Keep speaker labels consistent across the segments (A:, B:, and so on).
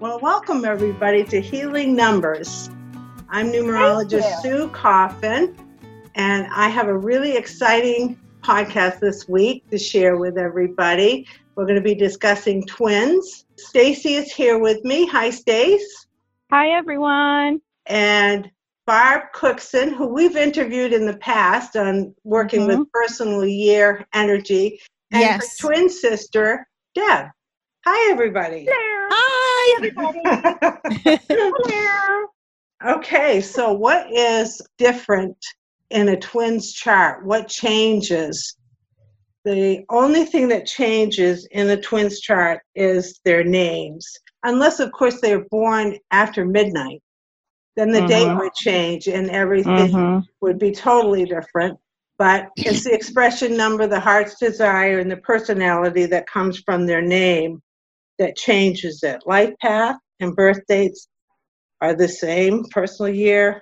A: welcome everybody to Healing Numbers. I'm numerologist Sue Coffin, and I have a really exciting podcast this week to share with everybody. We're going to be discussing twins. Stacy is here with me. Hi, Stace.
B: Hi, everyone.
A: And Barb Cookson, who we've interviewed in the past on working mm-hmm. with personal year energy, and yes. her twin sister, Deb. Hi, everybody.
B: Hello.
C: Hi, everybody.
B: Hello.
A: Okay, so what is different in a twin's chart? What changes? The only thing that changes in a twin's chart is their names, unless, of course, they're born after midnight. Then the mm-hmm. date would change and everything mm-hmm. would be totally different. But it's the expression number, the heart's desire, and the personality that comes from their name that changes it. Life path and birth dates are the same. Personal year,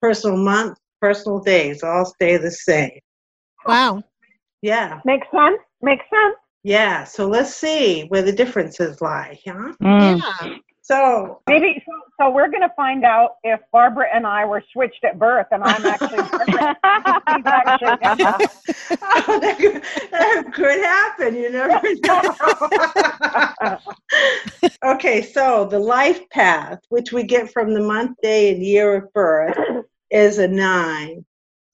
A: personal month, personal days all stay the same.
C: Wow.
A: Yeah.
B: Makes sense. Makes sense.
A: Yeah. So let's see where the differences lie. Huh?
B: Hmm.
C: Mm. Yeah.
A: So
D: maybe so, so we're going to find out if Barbara and I were switched at birth, and I'm actually. actually
A: oh, that, could, that could happen. You never know. okay, so the life path, which we get from the month, day, and year of birth, is a nine.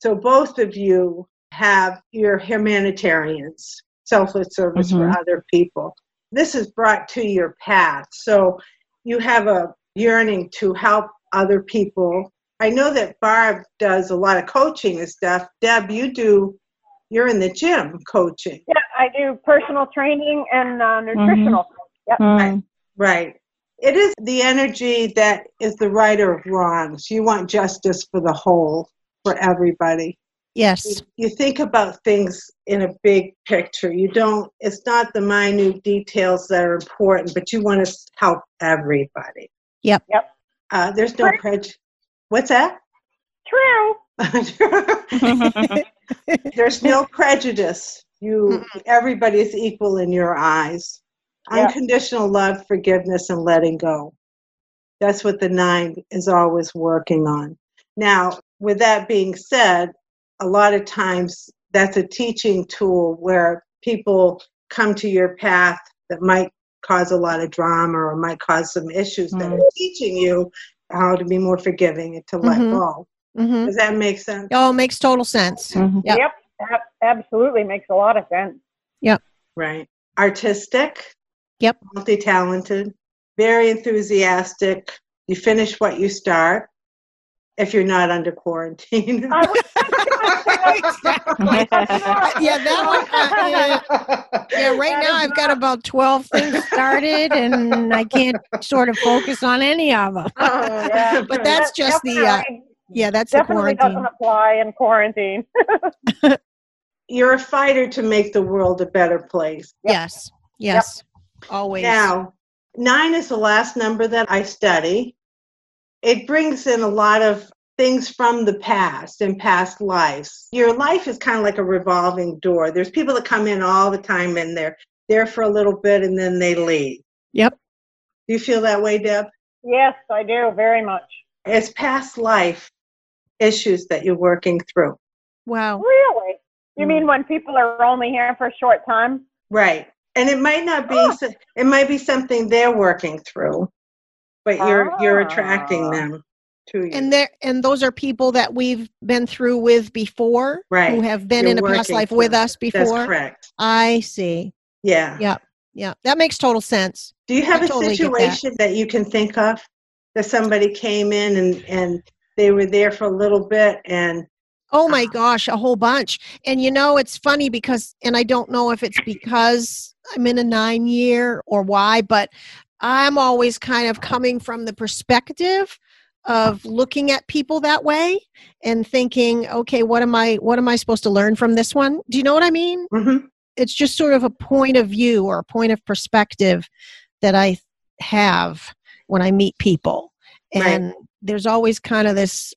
A: So both of you have your humanitarians, selfless service mm-hmm. for other people. This is brought to your path. So you have a yearning to help other people. I know that Barb does a lot of coaching and stuff. Deb, you do, you're in the gym coaching.
D: Yeah, I do personal training and uh, nutritional. Mm-hmm. Yep. Mm-hmm.
B: Mm.
A: Right. right. It is the energy that is the righter of wrongs. You want justice for the whole, for everybody.
C: Yes.
A: You, you think about things in a big picture. You don't, it's not the minute details that are important, but you want to help everybody.
C: Yep.
D: Yep.
A: Uh, there's no prejudice. What's that?
D: True.
A: there's no prejudice. You, everybody is equal in your eyes. Yep. unconditional love, forgiveness, and letting go. That's what the nine is always working on. Now, with that being said, a lot of times that's a teaching tool where people come to your path that might cause a lot of drama or might cause some issues mm-hmm. that are teaching you how to be more forgiving and to let mm-hmm. go. Mm-hmm. Does that make sense?
C: Oh, it makes total sense.
D: Yep. yep. Absolutely makes a lot of sense.
C: Yep.
A: Right. Artistic,
C: Yep.
A: Multi talented, very enthusiastic. You finish what you start if you're not under quarantine.
C: yeah, that one. Uh, yeah. yeah, right now I've got about 12 things started and I can't sort of focus on any of them. Oh, yeah. but that's just Definitely. the. Uh, yeah, that's
D: Definitely doesn't apply in quarantine.
A: You're a fighter to make the world a better place.
C: Yes, yes. Yep. Always.
A: Now, nine is the last number that I study. It brings in a lot of things from the past and past lives. Your life is kind of like a revolving door. There's people that come in all the time and they're there for a little bit and then they leave.
C: Yep.
A: Do you feel that way, Deb?
D: Yes, I do, very much.
A: It's past life issues that you're working through.
C: Wow.
D: Really? You mm. mean when people are only here for a short time?
A: Right and it might not be oh. it might be something they're working through but you're ah. you're attracting them to you
C: and there and those are people that we've been through with before
A: right
C: who have been you're in a past life with us before
A: that's correct
C: i see
A: yeah
C: yeah yeah that makes total sense
A: do you have I a totally situation that. that you can think of that somebody came in and and they were there for a little bit and
C: oh my gosh a whole bunch and you know it's funny because and i don't know if it's because I'm in a nine year or why, but I'm always kind of coming from the perspective of looking at people that way and thinking, okay, what am I what am I supposed to learn from this one? Do you know what I mean?
A: Mm-hmm.
C: It's just sort of a point of view or a point of perspective that I have when I meet people. And right. there's always kind of this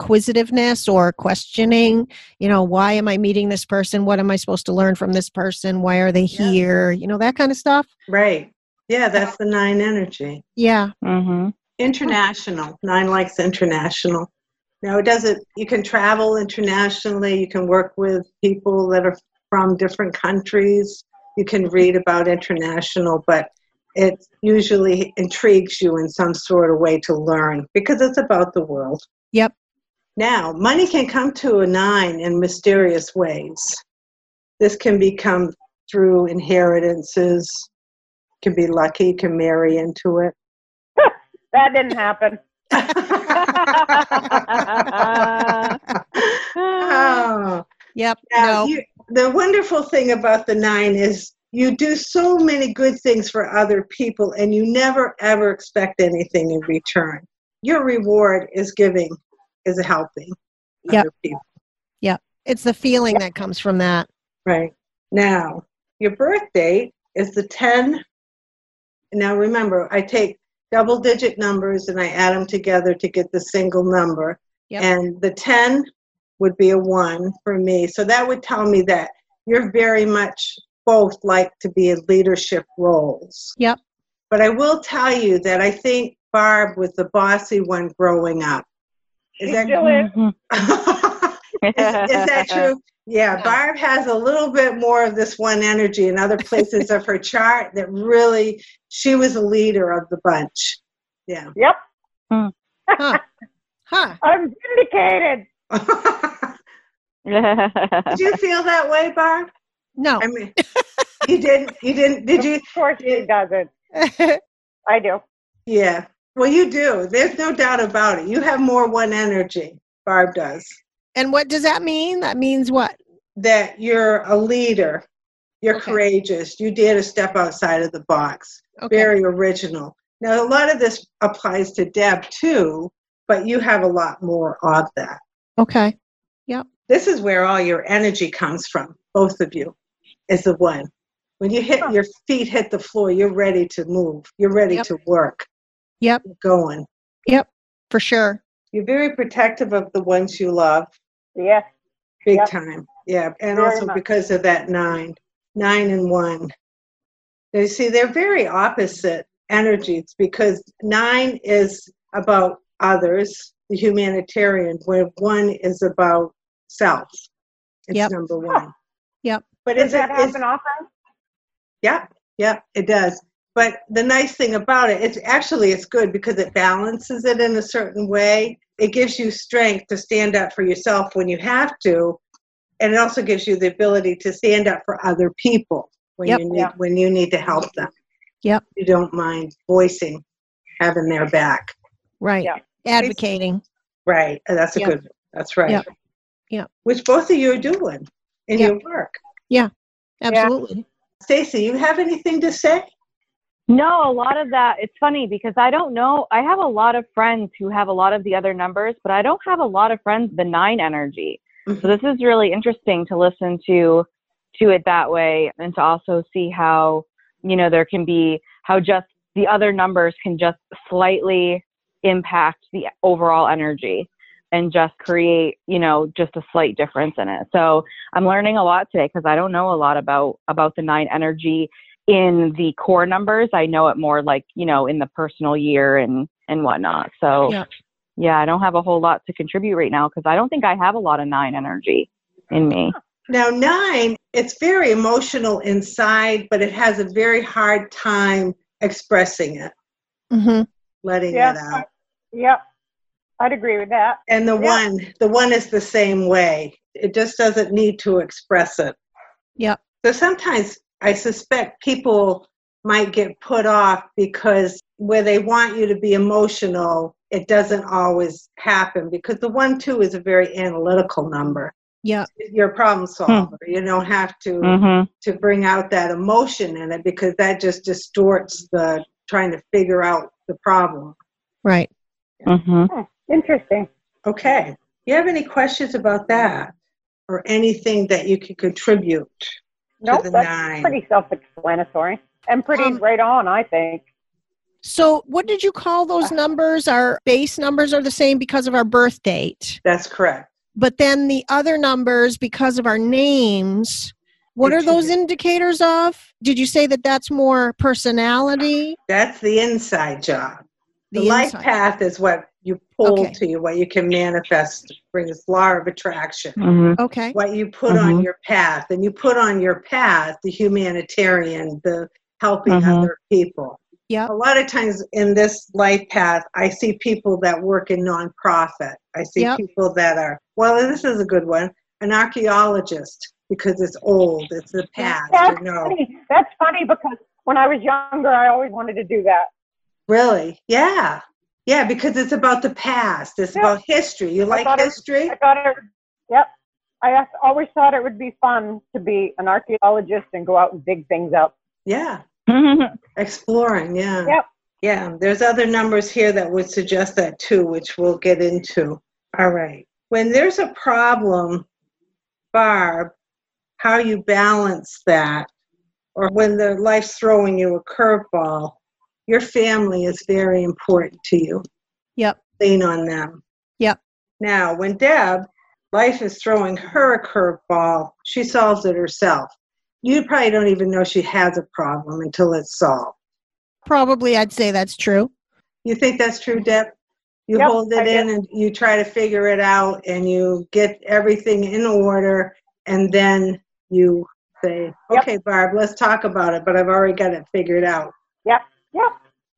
C: inquisitiveness or questioning you know why am i meeting this person what am i supposed to learn from this person why are they here yeah. you know that kind of stuff
A: right Yeah, that's the nine energy.
C: Yeah.
B: Mm-hmm.
A: International. Nine likes international. Now it doesn't you can travel internationally, you can work with people that are from different countries, you can read about international, but it usually intrigues you in some sort of way to learn because it's about the world.
C: Yep.
A: Now, money can come to a nine in mysterious ways. This can become through inheritances, can be lucky, can marry into it.
D: That didn't happen.
A: oh,
C: Yep.
A: now
C: no.
A: you, the wonderful thing about the nine is you do so many good things for other people and you never ever expect anything in return. Your reward is giving, is helping
C: Yep.
A: other people.
C: it's the feeling that comes from that.
A: Right. Now, your birth date is the 10. Now, remember, I take double digit numbers and I add them together to get the single number.
C: Yep.
A: And the 10 would be a 1 for me. So that would tell me that you're very much both like to be in leadership roles.
C: Yep.
A: But I will tell you that I think Barb was the bossy one growing up. Is
D: She
A: that
D: still is.
A: is, is that true? Yeah,
C: Yeah.
A: Barb has a little bit more of this one energy in other places of her chart that really she was a leader of the bunch. Yeah.
D: Yep,
C: Huh.
D: I'm
A: Did
D: vindicated.
B: Mm-hmm.
A: you feel that way, Barb?
C: No.
A: I mean, you didn't. You didn't. Did you?
D: Of course she doesn't. I do.
A: Yeah. Well, you do. There's no doubt about it. You have more one energy. Barb does.
C: and what does that mean? That means what?
A: That you're a leader. You're
C: Okay.
A: courageous. You dare to step outside of the box.
C: Okay.
A: very original. Now, a lot of this applies to Deb too, but you have a lot more of that.
C: Okay.
A: This is where all your energy comes from, both of you, is the one. When you hit your feet hit the floor, you're ready to move. You're ready
C: Yep.
A: to work.
C: Yep.
A: You're going.
C: For sure.
A: You're very protective of the ones you love,
D: Yes.
A: big
D: Yep.
A: time. Yeah, and
D: Very
A: also
D: much.
A: because of that nine, nine and one. You see, they're very opposite energies because nine is about others, the humanitarian, where one is about self. It's
C: Yep.
A: number one.
C: Yep.
A: But
D: Does
A: is
D: that
A: it? Is,
D: happen often?
A: yeah, yeah, it does. But the nice thing about it, it's actually it's good because it balances it in a certain way. It gives you strength to stand up for yourself when you have to, and it also gives you the ability to stand up for other people when
C: Yep.
A: you need
D: Yeah.
A: when you need to help them.
C: Yep.
A: You don't mind voicing having their back.
C: Right.
D: Yeah.
C: Advocating.
A: Right. and That's a
C: Yep.
A: good that's right.
C: Yep. Yep.
A: Which both of you are doing in
C: Yep.
A: your work.
C: Absolutely.
A: Stacy, you have anything to say?
B: No, a lot of that. It's funny because I don't know. I have a lot of friends who have a lot of the other numbers, but I don't have a lot of friends the nine energy. So this is really interesting to listen to to it that way and to also see how, you know, there can be how just the other numbers can just slightly impact the overall energy and just create, you know, just a slight difference in it. So I'm learning a lot today because I don't know a lot about about the nine energy in the core numbers. I know it more like, you know, in the personal year and and whatnot. So
C: Yeah.
B: yeah, I don't have a whole lot to contribute right now because I don't think I have a lot of nine energy in me.
A: Now, nine, it's very emotional inside, but it has a very hard time expressing it,
C: hmm
A: letting
D: Yeah.
A: it out.
D: Yep. I'd agree with that.
A: And the
D: Yeah.
A: one, the one is the same way. It just doesn't need to express it.
C: Yep.
A: So sometimes I suspect people might get put off because where they want you to be emotional, it doesn't always happen because the one two is a very analytical number.
C: Yeah.
A: You're a problem solver. You don't have to
B: Mhm.
A: to bring out that emotion in it because that just distorts the trying to figure out the problem.
C: Right.
B: Mhm.
D: Interesting.
A: Okay. You have any questions about that or anything that you could contribute
D: Nope,
A: to the
D: that's
A: nine?
D: pretty self-explanatory and pretty
C: Um,
D: right on, I think.
C: So, what did you call
A: Uh-huh.
C: those numbers? Our base numbers are the same because of our birth date,
A: That's correct.
C: but then the other numbers because of our names What are
A: It's-
C: those indicators of? Did you say that that's more personality?
A: That's the inside job. The,
C: The
A: life
C: inside.
A: path is what you pull
C: Okay.
A: to you, what you can manifest, brings law of attraction.
B: Mhm.
C: Okay.
A: What you put
D: Mm-hmm.
A: on your path, and you put on your path the humanitarian, the helping
D: Mm-hmm.
B: Mhm.
A: other people.
C: Yep.
A: A lot of times in this life path, I see people that work in nonprofit. I see
C: Yep.
A: people that are, well, this is a good one, an archaeologist, because it's old, it's the past,
D: That's
A: you know.
D: funny. That's funny because when I was younger, I always wanted to do that.
A: Really? Yeah. Yeah, because it's about the past. It's
D: Yeah.
A: about history. You like
D: thought it-
A: history?
D: I thought it. Yep. I as- always thought it would be fun to be an archaeologist and go out and dig things up.
A: yeah.
B: Mm-hmm.
A: Exploring, yeah.
D: Yep.
A: Yeah. There's other numbers here that would suggest that too, which we'll get into. All right. When there's a problem, Barb, how you balance that, or when the life's throwing you a curveball, your family is very important to you.
C: Yep.
A: lean on them.
C: Yep.
A: Now, when Deb, life is throwing her a curveball, she solves it herself. You probably don't even know she has a problem until it's solved.
C: Probably I'd say that's true.
A: You think that's true, Deb? You
D: Yep,
A: hold it
D: I
A: in and you try to figure it out and you get everything in order and then you say,
D: Yep.
A: okay, Barb, let's talk about it, but I've already got it figured out.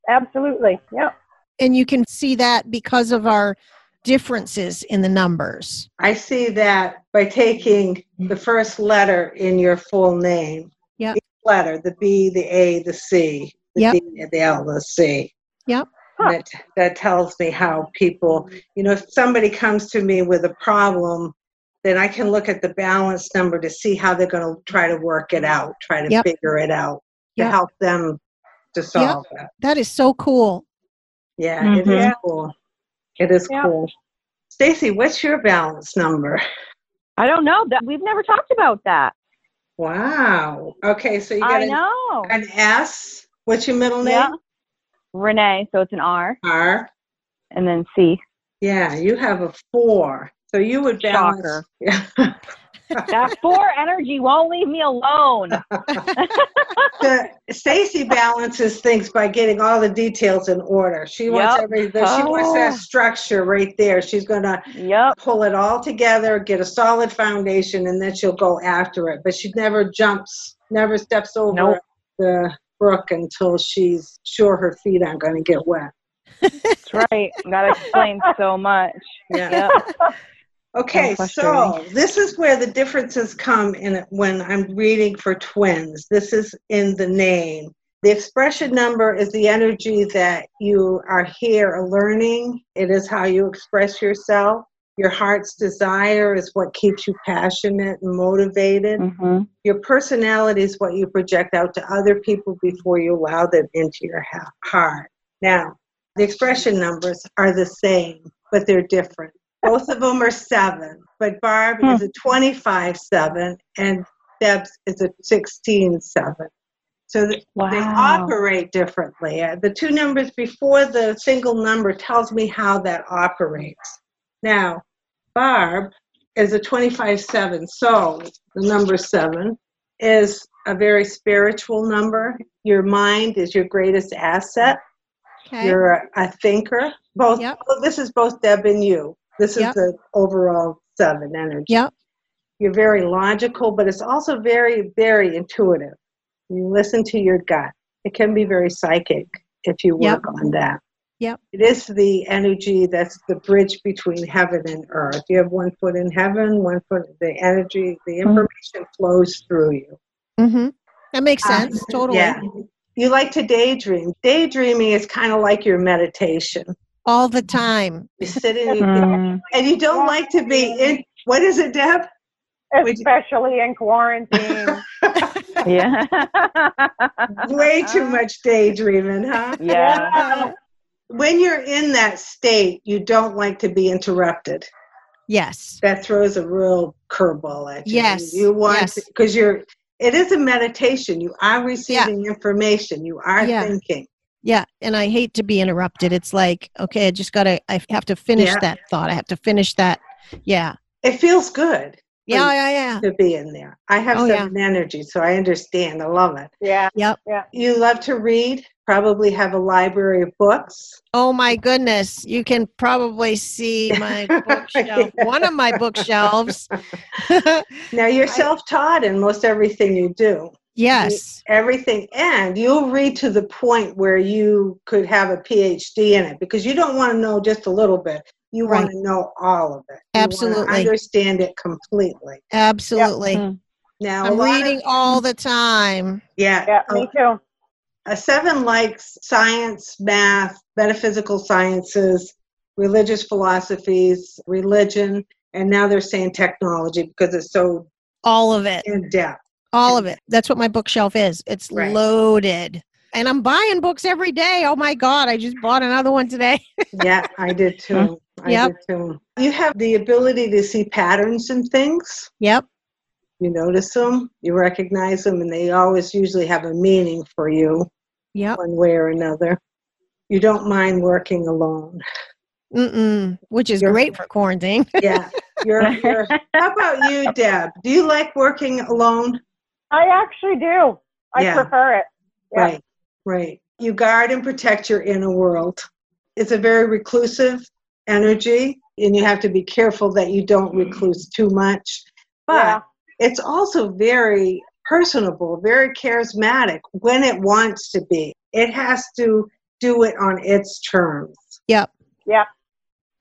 D: Absolutely. Yep.
C: And you can see that because of our differences in the numbers.
A: I see that by taking the first letter in your full name.
C: Yep.
A: Each Letter, the B, the A, the C, the
C: Yep.
A: D, the L, the C.
C: Yep.
A: And That, that tells me how people, you know, if somebody comes to me with a problem, then I can look at the balance number to see how they're going to try to work it out, try to
C: Yep.
A: figure it out to
C: Yep.
A: help them to solve it.
C: That is so cool.
A: Yeah, it
B: Mhm.
A: is cool. It is
D: Yep.
A: cool. Stacy, what's your balance number?
B: I don't know. That we've never talked about that.
A: Wow. Okay, so you got
B: I
A: an,
B: know.
A: an S. What's your middle name?
B: Yeah. Renee, so it's an R,
A: R.
B: and then C.
A: Yeah, you have a four. So you would balance.
B: Shocker.
A: Yeah.
B: That four energy won't leave me alone.
A: The- Stacy balances things by getting all the details in order. She wants
B: Yep.
A: every. She wants that
B: Oh.
A: structure right there. She's gonna
B: Yep.
A: pull it all together, get a solid foundation, and then she'll go after it. But she never jumps, never steps over
B: Nope.
A: the brook until she's sure her feet aren't going to get wet.
B: That's right. That explains so much.
A: Yeah.
B: Yep.
A: Okay, so
B: frustrating.
A: this is where the differences come in it when I'm reading for twins. This is in the name. The expression number is the energy that you are here learning. It is how you express yourself. Your heart's desire is what keeps you passionate and motivated.
B: hmm
A: Your personality is what you project out to other people before you allow them into your ha- heart. Now, the expression numbers are the same, but they're different. Both of them are seven, but Barb
B: Hmm.
A: is a 25 7 and Deb's is a 16 7. So th- they
B: Wow.
A: operate differently. Uh, The two numbers before the single number tells me how that operates. Now, Barb is a 25-7, so the number seven is a very spiritual number. Your mind is your greatest asset.
C: Okay.
A: You're a, a thinker. Both. oh,
C: Yep.
A: This is both Deb and you. This is
C: Yep.
A: the overall seven energy
C: Yep.
A: you're very logical, but it's also very, very intuitive. You listen to your gut. It can be very psychic if you work on that.
C: Yep.
A: It is the energy that's the bridge between heaven and earth. You have one foot in heaven, one foot, the energy, the information flows through you.
C: Mm-hmm. That makes sense. totally.
A: Uh, Yeah. You like to daydream. Daydreaming is kind of like your meditation.
C: All the time.
A: You sit in,
C: Mm-hmm.
B: Mm.
A: and you don't like to be in. What is it, Deb? Would you-
D: Especially in quarantine.
B: Mm-hmm. Yeah.
A: Way
C: Uh-huh.
A: too much daydreaming, huh?
B: Yeah.
A: when you're in that state, you don't like to be interrupted.
C: Yes.
A: That throws a real curveball at you.
C: Yes,
A: You want
C: yes.
A: because you're it is a meditation. You are receiving information. You are
C: Yeah.
A: thinking.
C: Yeah, and I hate to be interrupted. It's like, okay, I just got to I have to finish
A: Yeah.
C: that thought. I have to finish that. Yeah.
A: It feels good.
C: Yeah, yeah, yeah.
A: to be in there. I have
C: Oh,
A: some energy, so I understand. I love it.
D: Yeah.
C: Yep.
A: You love to read, probably have a library of books.
C: Oh my goodness. You can probably see my bookshelf, one of my bookshelves.
A: Now, you're self taught in most everything you do,
C: yes.
A: everything, and you'll read to the point where you could have a PhD in it because you don't want to know just a little bit. You want to know all of it. You wanna
C: Absolutely.
A: understand it completely.
C: Absolutely.
B: Mhm.
A: Now, a
C: I'm
A: lot of-
C: reading all the time.
A: yeah,
D: Yeah,
A: a
D: me too.
A: a seven likes science, math, metaphysical sciences, religious philosophies, religion, and now they're saying technology because it's so
C: All of it.
A: in depth.
C: All of it. That's what my bookshelf is. It's
A: Right.
C: loaded. And I'm buying books every day. Oh my God. I just bought another one today.
A: Yeah, I did too. I
C: Yep.
A: did too. You have the ability to see patterns in things.
C: Yep.
A: You notice them, you recognize them, and they always usually have a meaning for you
C: Yep.
A: one way or another. You don't mind working alone.
C: Mm-mm. Which is
A: You're-
C: great for quarantine.
A: Yeah. You're, you're, how about you, Deb? Do you like working alone?
D: I actually do. I
A: Yeah.
D: prefer it. Yeah.
A: Right, right. You guard and protect your inner world. It's a very reclusive energy, and you have to be careful that you don't recluse too much. But
D: Yeah.
A: it's also very personable, very charismatic when it wants to be. It has to do it on its terms.
D: Absolutely.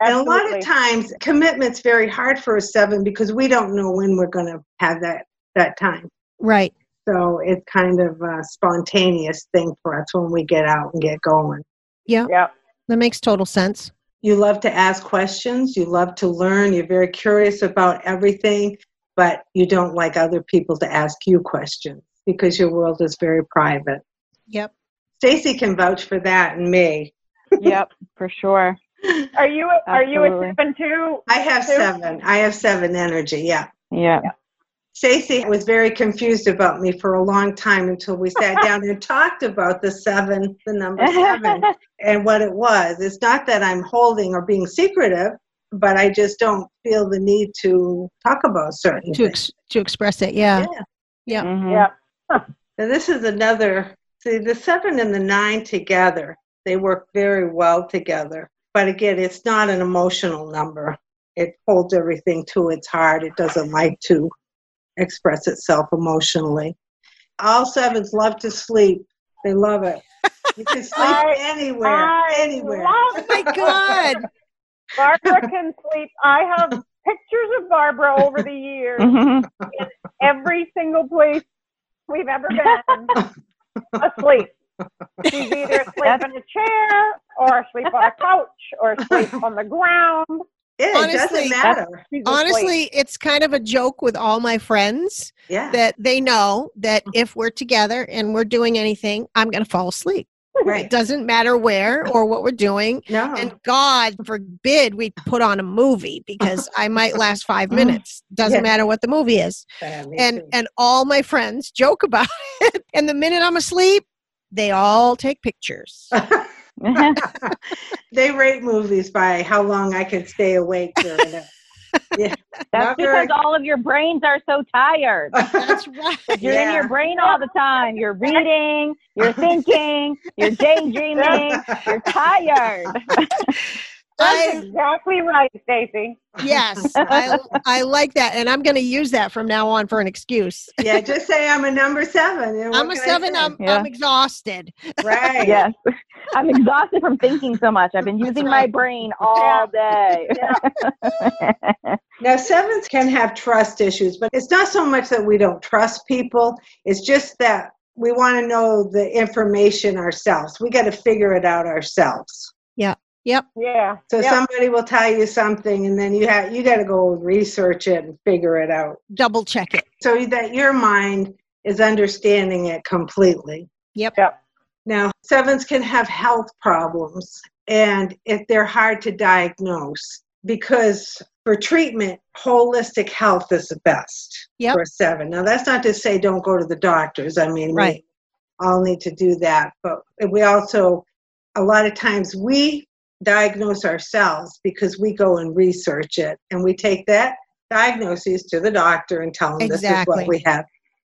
A: And a lot of times, commitment's very hard for a seven because we don't know when we're going to have that that time.
C: right.
A: So it's kind of a spontaneous thing for us when we get out and get going.
D: Yeah.
C: That makes total sense.
A: you love to ask questions you love to learn you're very curious about everything but you don't like other people to ask you questions because your world is very private
C: Yep.
A: stacy can vouch for that and me
B: yep, for sure.
D: Are you a, are you
B: Absolutely.
D: a seven too?
A: i have
D: Sure.
A: seven i have seven energy yeah
B: Yeah.
A: stacy was very confused about me for a long time until we sat down and talked about the seven the number seven and what it was. It's not that I'm holding or being secretive, but I just don't feel the need to talk about certain
C: To,
A: things.
C: ex- to express it. Yeah. Yeah.
B: Mhm.
D: Yeah.
A: Now, this is another, see, the seven and the nine together, they work very well together. But again, it's not an emotional number. It holds everything to its heart. It doesn't like to express itself emotionally. All sevens love to sleep. They love it. You can sleep
D: I-
A: anywhere,
D: I
A: anywhere.
D: love
C: Oh my God.
D: Barbara can sleep. I have pictures of Barbara over the years,
B: Mhm.
D: every single place we've ever been, asleep. She's either asleep in a chair, or asleep on a couch, or asleep on the ground.
A: It
C: Honestly,
A: doesn't matter.
D: She's asleep.
C: Honestly, it's kind of a joke with all my friends
A: Yeah.
C: that they know that
A: Mm-hmm.
C: if we're together and we're doing anything, I'm going to fall asleep. It
A: right.
C: doesn't matter where or what we're doing.
A: No.
C: And God forbid we put on a movie because I might last five minutes. Doesn't
A: Mm-hmm. Yeah.
C: matter what the movie is.
A: Yeah, me
C: And
A: too.
C: and all my friends joke about it. And the minute I'm asleep, they all take pictures.
A: they rate movies by how long I can stay awake during it.
B: That's
A: Not very-
B: because all of your brains are so tired.
C: That's right.
B: You're in your
A: Yeah.
B: brain all the time. You're reading, you're thinking, you're daydreaming, you're tired.
D: That's
C: I,
D: exactly right, Stacy.
C: yes, I, I like that. And I'm going to use that from now on for an excuse.
A: yeah, just say I'm a number seven. and what
C: I'm a
A: can I
C: seven.
A: say?
C: I'm,
B: Yeah.
C: I'm exhausted.
A: right.
B: Yes. I'm exhausted from thinking so much. I've been using my brain all day.
A: Now, sevens can have trust issues, but it's not so much that we don't trust people. It's just that we want to know the information ourselves. We got to figure it out ourselves.
D: Yeah.
A: So
D: yeah.
A: somebody will tell you something, and then you have you got to go research it and figure it out.
C: Double check it.
A: so that your mind is understanding it completely.
C: Yep.
D: Yep.
A: Now, sevens can have health problems, and if they're hard to diagnose, because for treatment, holistic health is the best
C: Yep.
A: for a seven. Now, that's not to say don't go to the doctors. I mean,
C: Right.
A: we all need to do that, but we also, a lot of times, we diagnose ourselves because we go and research it, and we take that diagnoses to the doctor and tell them this
C: Exactly.
A: is what we have.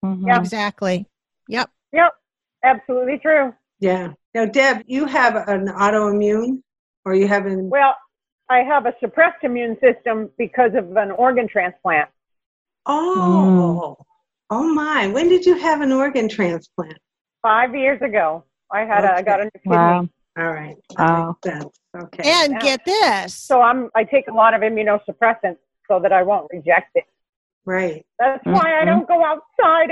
B: Mhm.
D: Yeah.
C: Exactly. Yep.
D: Yep, absolutely true.
A: Yeah. Now, Deb, you have an autoimmune, or you have an
D: Well, I have a suppressed immune system because of an organ transplant.
A: oh,
C: Mm.
A: oh my! When did you have an organ transplant?
D: Five years ago, I had a, I got a new kidney.
B: Wow.
A: All right.
C: Oh.
B: Wow.
A: That makes sense. Okay.
C: And
D: Yeah.
C: get this.
D: So I'm I take a lot of immunosuppressants so that I won't reject it.
A: right.
D: That's why I
A: Mm-hmm.
B: Mhm.
D: don't go outside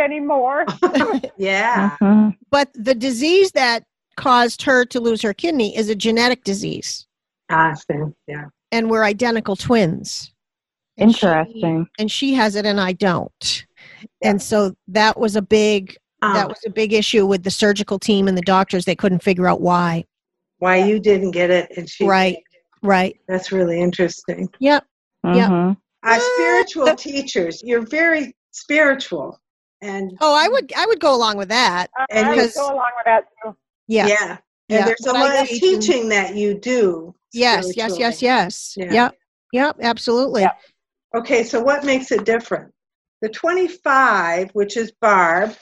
D: anymore.
A: Yeah.
B: Mhm.
C: but the disease that caused her to lose her kidney is a genetic disease,
A: Awesome. Yeah.
C: and we're identical twins. And she-
B: Interesting.
C: and she has it, and I don't. And so that was a big
D: Ah.
A: Um,
C: that was a big issue with the surgical team and the doctors. They couldn't figure out why.
A: why you didn't get it, and she.
C: Right. Right.
A: That's really interesting.
C: Yep. Yeah.
B: Mhm.
A: Our
C: Uh,
A: spiritual
C: the-
A: teachers. You're very spiritual, and
C: Oh, I would I would go along with that.
D: I-
A: And
D: I would
C: because-
D: go along with that too.
C: Yeah.
A: yeah, and
C: Yeah.
A: there's a
C: But I
A: lot of
C: teach and-
A: teaching that you do.
C: Yes, yes, yes,
A: spiritually.
C: yes.
A: Yeah.
C: Yep. Yep, absolutely.
D: Yep.
A: Okay, so what makes it different? The 25, which is Barb,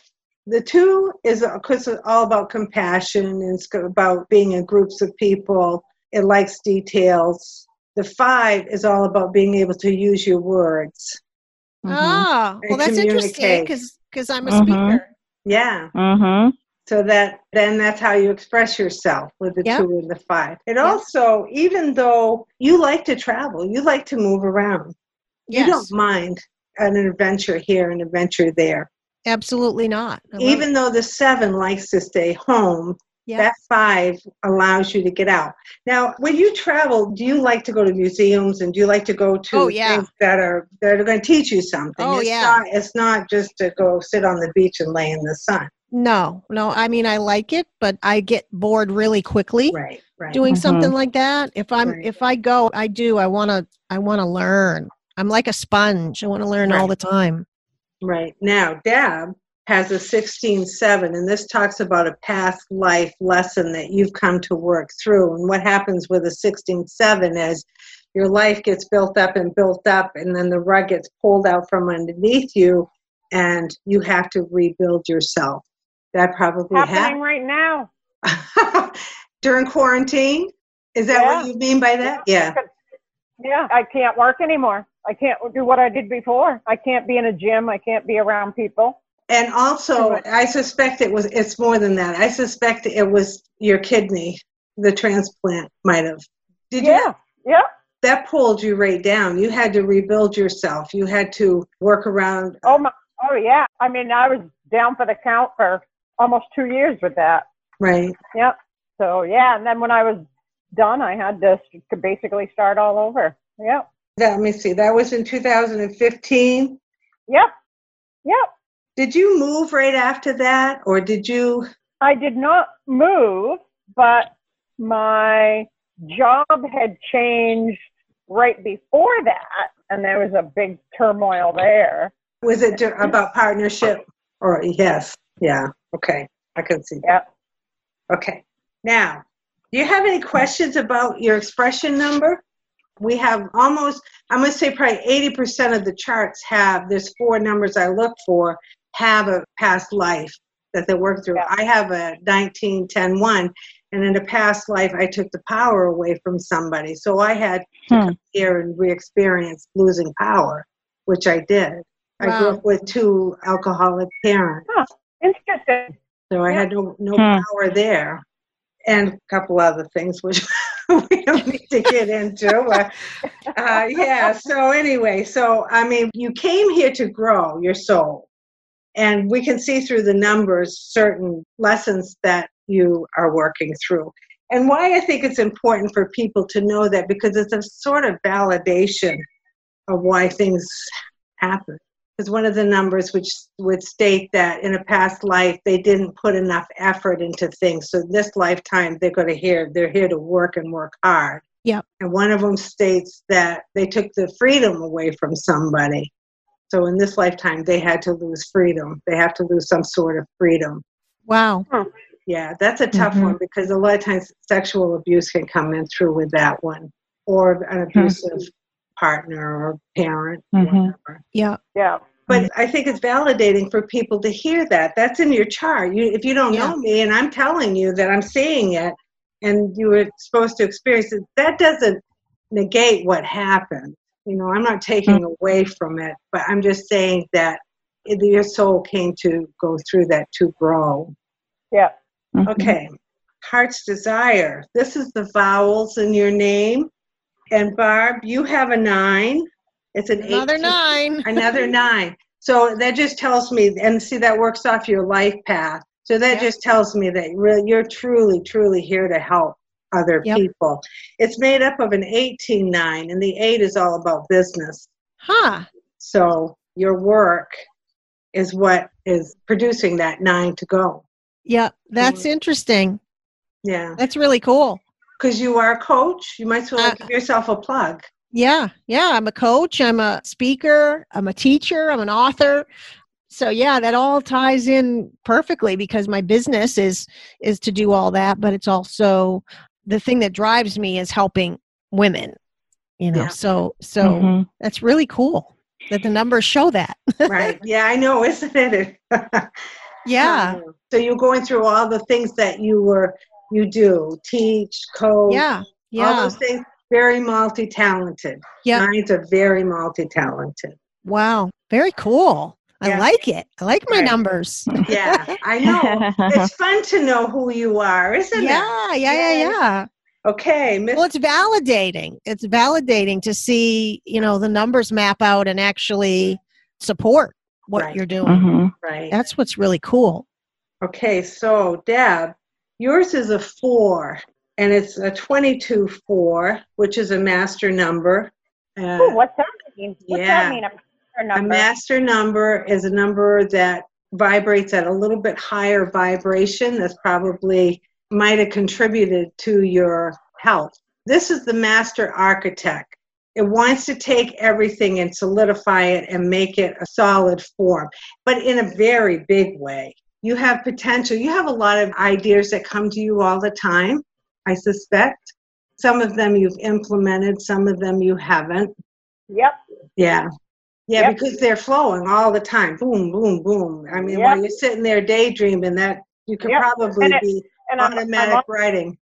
A: the two is because it's all about compassion and it's go- about being in groups of people. It likes details. The five is all about being able to use your words.
B: Mhm.
C: Ah, well
A: mm-hmm. And
C: that's interesting
A: communicate. Mm-hmm.
C: cuz cuz I'm a
B: Mhm.
C: speaker.
A: Yeah. Ah.
B: Mhm.
A: So that then that's how you express yourself with the
C: Yeah.
A: two and the five. It also, even though you like to travel, you like to move around.
C: Yes.
A: You don't mind an adventure here, an adventure there.
C: absolutely not. I love it.
A: even though the seven likes to stay home,
C: Yeah.
A: that five allows you to get out. Now, when you travel, do you like to go to museums and do you like to go to
C: Oh, yeah.
A: things that are that are going to teach you something?
C: Oh,
A: it's
C: yeah.
A: Not, it's not just to go sit on the beach and lay in the sun.
C: No, no. I mean, I like it, but I get bored really quickly
A: Right. Right.
C: doing
B: Mhm.
C: something like that. If I'm
A: Right.
C: if I go, I do. I want to I want to learn. I'm like a sponge. I want to learn all
A: Right.
C: the time.
A: right. Now, Deb has a sixteen seven, and this talks about a past life lesson that you've come to work through. And what happens with a sixteen seven is your life gets built up and built up, and then the rug gets pulled out from underneath you, and you have to rebuild yourself. That probably
D: Happening right now.
A: happened during quarantine. Is that what
D: Yeah.
A: you mean by that? Yeah.
D: Yeah, I can't work anymore. I can't do what I did before. I can't be in a gym. I can't be around people.
A: And also,
D: Correct.
A: I suspect it was, it's more than that. I suspect it was your kidney, the transplant might have. Did you
D: yeah, yeah.
A: that pulled you right down. You had to rebuild yourself. You had to work around.
D: Oh my. Oh yeah. I mean, I was down for the count for almost two years with that.
A: Right.
D: Yep. So yeah, and then when I was done, I had to s- to basically start all over. Yep.
A: That, let me see. That was in 2015.
D: Yep. Yep.
A: Did you move right after that, or did you?
D: I did not move, but my job had changed right before that, and there was a big turmoil there.
A: Was it ju- about partnership? Or yes, yeah. Okay, I can see. that.
D: Yep.
A: Okay. Now, do you have any questions about your expression number? We have almost, I'm going to say probably 80% of the charts have, there's four numbers I look for, have a past life that they work through.
D: Yeah.
A: I have a 19, 10, 1, and in a past life, I took the power away from somebody. So I had to
B: Hmm.
A: come here and re experience losing power, which I did. I grew
C: Wow.
A: up with two alcoholic parents.
D: Interesting.
A: So I
D: Yeah.
A: had no, no
B: Hmm.
A: power there. And a couple other things which we don't need to get into. but, uh, yeah, so anyway, so I mean, you came here to grow your soul. And we can see through the numbers certain lessons that you are working through. And why I think it's important for people to know that because it's a sort of validation of why things happen because one of the numbers which would state that in a past life they didn't put enough effort into things so this lifetime they're going to hear they're here to work and work hard
C: Yep.
A: and one of them states that they took the freedom away from somebody so in this lifetime they had to lose freedom they have to lose some sort of freedom
C: Wow.
A: yeah that's a tough
B: Mhm.
A: one because a lot of times sexual abuse can come in through with that one or an abusive partner or parent,
B: Mhm.
A: whatever.
C: Yeah.
D: Yeah.
A: But
C: Mm-hmm.
A: I think it's validating for people to hear that. That's in your chart. You, if you don't
C: Yeah.
A: know me and I'm telling you that I'm seeing it and you were supposed to experience it, that doesn't negate what happened. You know, I'm not taking
C: Mm-hmm.
A: away from it, but I'm just saying that it- your soul came to go through that to grow.
B: Mhm.
C: Mm-hmm.
A: Okay. Heart's desire. This is the vowels in your name. And Barb, you have a nine. It's an eight
C: Another
A: to-
C: nine.
A: another nine. So that just tells me, and see, that works off your life path. So that
C: Yep.
A: just tells me that really you're truly, truly here to help other
C: Yep.
A: people. It's made up of an 18 nine, and the eight is all about business.
C: Huh.
A: So your work is what is producing that nine to go.
C: Yeah. That's
A: Mm-hmm.
C: interesting.
A: Yeah.
C: That's really cool.
A: Because you are a coach, you might as well
C: Uh,
A: give yourself a plug.
C: Yeah. Yeah. I'm a coach. I'm a speaker. I'm a teacher. I'm an author. So yeah, that all ties in perfectly because my business is is to do all that, but it's also the thing that drives me is helping women. You know,
A: Yeah. Mm-hmm.
C: so so
B: Mhm.
C: that's really cool that the numbers show that.
A: Right. yeah, I know, isn't it?
C: Yeah.
A: Um, So you're going through all the things that you were you do, teach, coach,
C: Yeah.
A: all
C: Yeah.
A: those things. Very multi talented.
C: Yeah.
A: Mines are very multi talented.
C: Wow. Very cool. I
A: Yeah.
C: like it. I like my
A: Right.
C: numbers.
A: Yeah, I know.
B: Mm-hmm.
A: it's fun to know who you are, isn't it?
C: Yeah, yeah, yeah,
A: Yes.
C: yeah.
A: Okay, Miss
C: Well, it's validating. It's validating to see, you know, the numbers map out and actually support what
A: Right.
C: you're doing.
B: Mhm.
A: Right.
C: That's what's really cool.
A: Okay, so Deb, yours is a four, and it's a 22 four, which is a master number. Uh,
C: Oh,
D: Ooh, what's that mean? What's
A: Yeah.
D: that mean? A master
A: A
D: number.
A: master number is a number that vibrates at a little bit higher vibration. That's probably might have contributed to your health. This is the master architect. It wants to take everything and solidify it and make it a solid form, but in a very big way. You have potential. You have a lot of ideas that come to you all the time, I suspect. Some of them you've implemented, some of them you haven't.
D: Yep.
A: Yeah. Yeah,
D: Yep.
A: because they're flowing all the time. Boom, boom, boom. I mean, while
D: Yep.
A: you're sitting there daydreaming, that you could
D: Yep.
A: probably
D: And it-
A: be
D: And I'm, I'm,
A: automatic
D: al-
A: writing.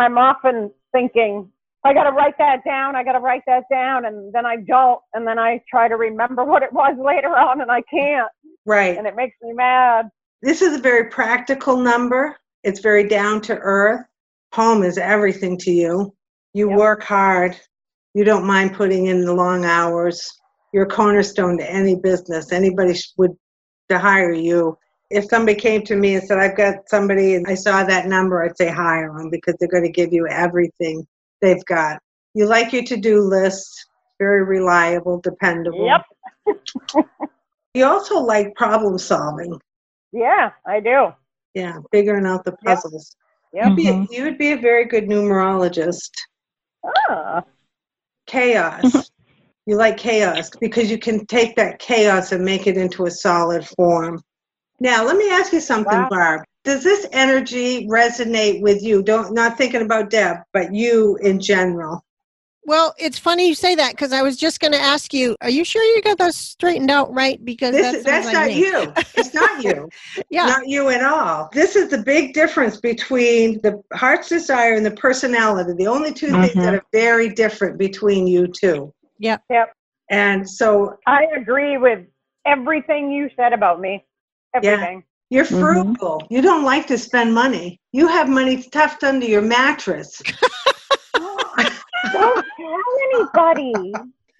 D: I'm often thinking, I got to write that down. I got to write that down. And then I don't. And then I try to remember what it was later on and I can't.
A: Right.
D: And it makes me mad.
A: This is a very practical number. It's very down to earth. Home is everything to you. You
D: Yep.
A: work hard. You don't mind putting in the long hours. You're a cornerstone to any business. Anybody sh- would to hire you. If somebody came to me and said, "I've got somebody," and I saw that number, I'd say hire them because they're going to give you everything they've got. You like your to-do list. Very reliable, dependable.
D: Yep.
A: You also like problem solving.
D: Yeah, I do.
A: Yeah, figuring out the
D: Yep.
A: puzzles.
D: Yep.
A: be-
B: Mhm.
A: you would be a very good numerologist.
D: Ah,
A: Chaos. you like chaos because you can take that chaos and make it into a solid form. Now, let me ask you something,
D: Wow.
A: Barb. Does this energy resonate with you? Don't not thinking about Deb, but you in general.
C: Well, it's funny you say that because I was just going to ask you, are you sure you got those straightened out right? Because
A: This
C: that
A: is
C: sounds
A: that's
C: like
A: not
C: me.
A: you. It's not you.
C: Yeah.
A: Not you at all. This is the big difference between the heart's desire and the personality. The only 2 things
B: Mhm.
A: that are very different between you two.
C: Mm-hmm. Yep.
D: Yep.
A: And so
D: I agree with everything you said about me. Everything.
A: You're
C: Mm-hmm.
B: Mhm.
A: frugal. You don't like to spend money. You have money tucked under your mattress.
D: Don't tell anybody.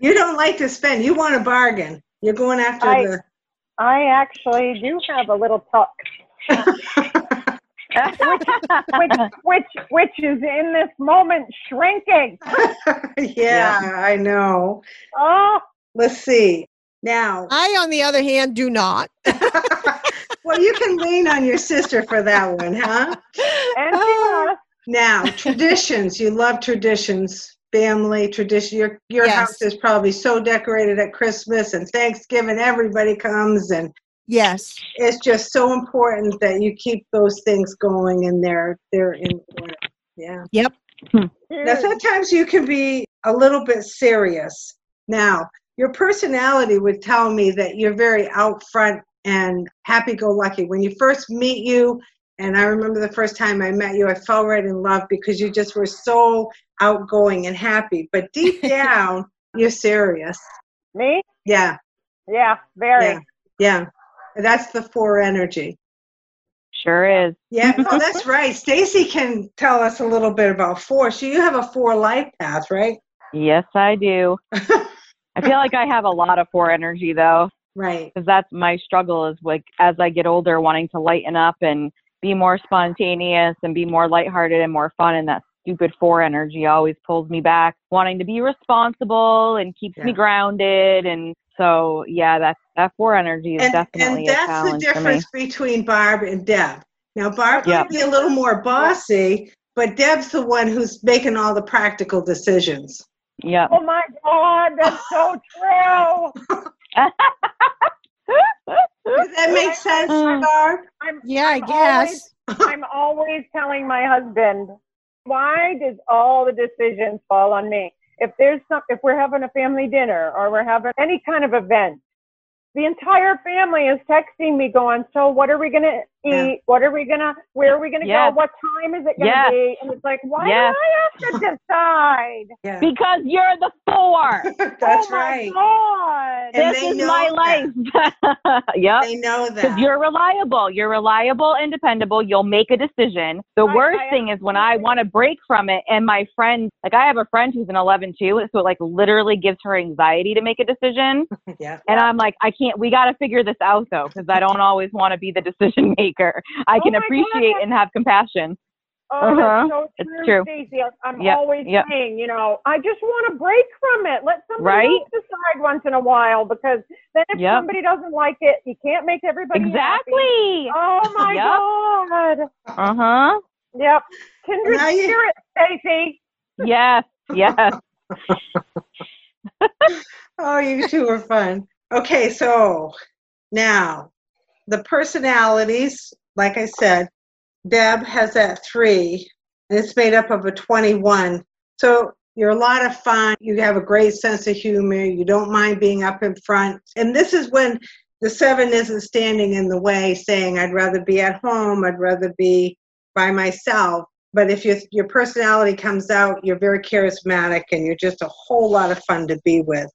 A: You don't like to spend. You want to bargain. You're going after
D: I-
A: the.
D: I actually do have a little tuck, which, which, which is in this moment shrinking.
A: yeah, I know.
D: Oh,
A: Let's see. Now,
C: I, on the other hand, do not.
A: well, you can lean on your sister for that one, huh?
D: and she was.
A: Now, traditions. You love traditions. Family tradition. Your your
C: Yes.
A: house is probably so decorated at Christmas and Thanksgiving. Everybody comes and
C: Yes.
A: it's just so important that you keep those things going and they're they're in order. Yeah.
C: Yep.
A: Now sometimes you can be a little bit serious. now. Your personality would tell me that you're very out front and happy go lucky. When you first meet you, and I remember the first time I met you, I fell right in love because you just were so outgoing and happy. But deep down, you're serious.
D: Me?
A: Yeah,
D: Yeah, very.
A: yeah, yeah. That's the four energy.
B: Sure is.
A: Yeah, no, that's right. Stacy can tell us a little bit about four. So you have a four life path, right?
B: Yes, I do. I feel like I have a lot of four energy though,
A: Right.
B: because that's my struggle is like as I get older, wanting to lighten up and be more spontaneous and be more lighthearted and more fun. And that stupid four energy always pulls me back, wanting to be responsible and keeps me
A: Yeah.
B: grounded. And so, yeah, that that four energy is
A: And,
B: definitely
A: and
B: a
A: that's the
B: challenge for me.
A: difference between Barb and Deb. Now, Barb
B: Yeah.
A: might be a little more bossy, but Deb's the one who's making all the practical decisions.
B: Yeah.
D: Oh my God, that's so true.
A: Does that make sense,
B: Mm.
A: Barb?
D: I'm,
C: Yeah, I
D: I'm
C: guess.
D: Always, I'm always telling my husband, why does all the decisions fall on me? If there's some, if we're having a family dinner or we're having any kind of event, the entire family is texting me going, so what are we going to eat?
A: Yeah.
D: What are we going to, where are we going to
B: Yes.
D: go? What time is it going to
B: Yes.
D: be? And it's like, why
B: Yes.
D: do I have to decide?
A: Yeah.
B: Because you're the four.
A: That's
D: oh my
A: right.
D: God.
A: And
B: this
A: they
B: is
A: know
B: my life. yep.
A: They know that.
B: Because you're reliable. You're reliable and dependable. You'll make a decision. The
D: I-
B: worst
D: I
B: thing is when I want to break from it and my friend, like I have a friend who's an 11 too, so it like literally gives her anxiety to make a decision.
A: yeah.
B: And I'm like, I can't, we got to figure this out though, because I don't always want to be the decision maker. I
D: Oh
B: can
D: my God,
B: appreciate
D: that's-
B: and have compassion.
D: Oh,
B: Uh-huh.
D: that's so
B: It's true.
D: true, Stacey. I'm
B: Yep,
D: always
B: yep.
D: saying, you know, I just want to break from it. Let somebody
B: Right?
D: else decide once in a while because then if
B: Yep.
D: somebody doesn't like it, you can't make everybody happy.
B: Exactly.
D: Oh my God.
B: Uh huh.
D: Yep. Kindred
A: Now you-
D: spirit, Stacey.
B: Yes. Yes.
A: Oh, you two are fun. Okay, so now the personalities, like I said, Deb has that three, and it's made up of a 21. So you're a lot of fun. You have a great sense of humor. You don't mind being up in front. And this is when the seven isn't standing in the way, saying, I'd rather be at home, I'd rather be by myself. But if your, your personality comes out, you're very charismatic and you're just a whole lot of fun to be with.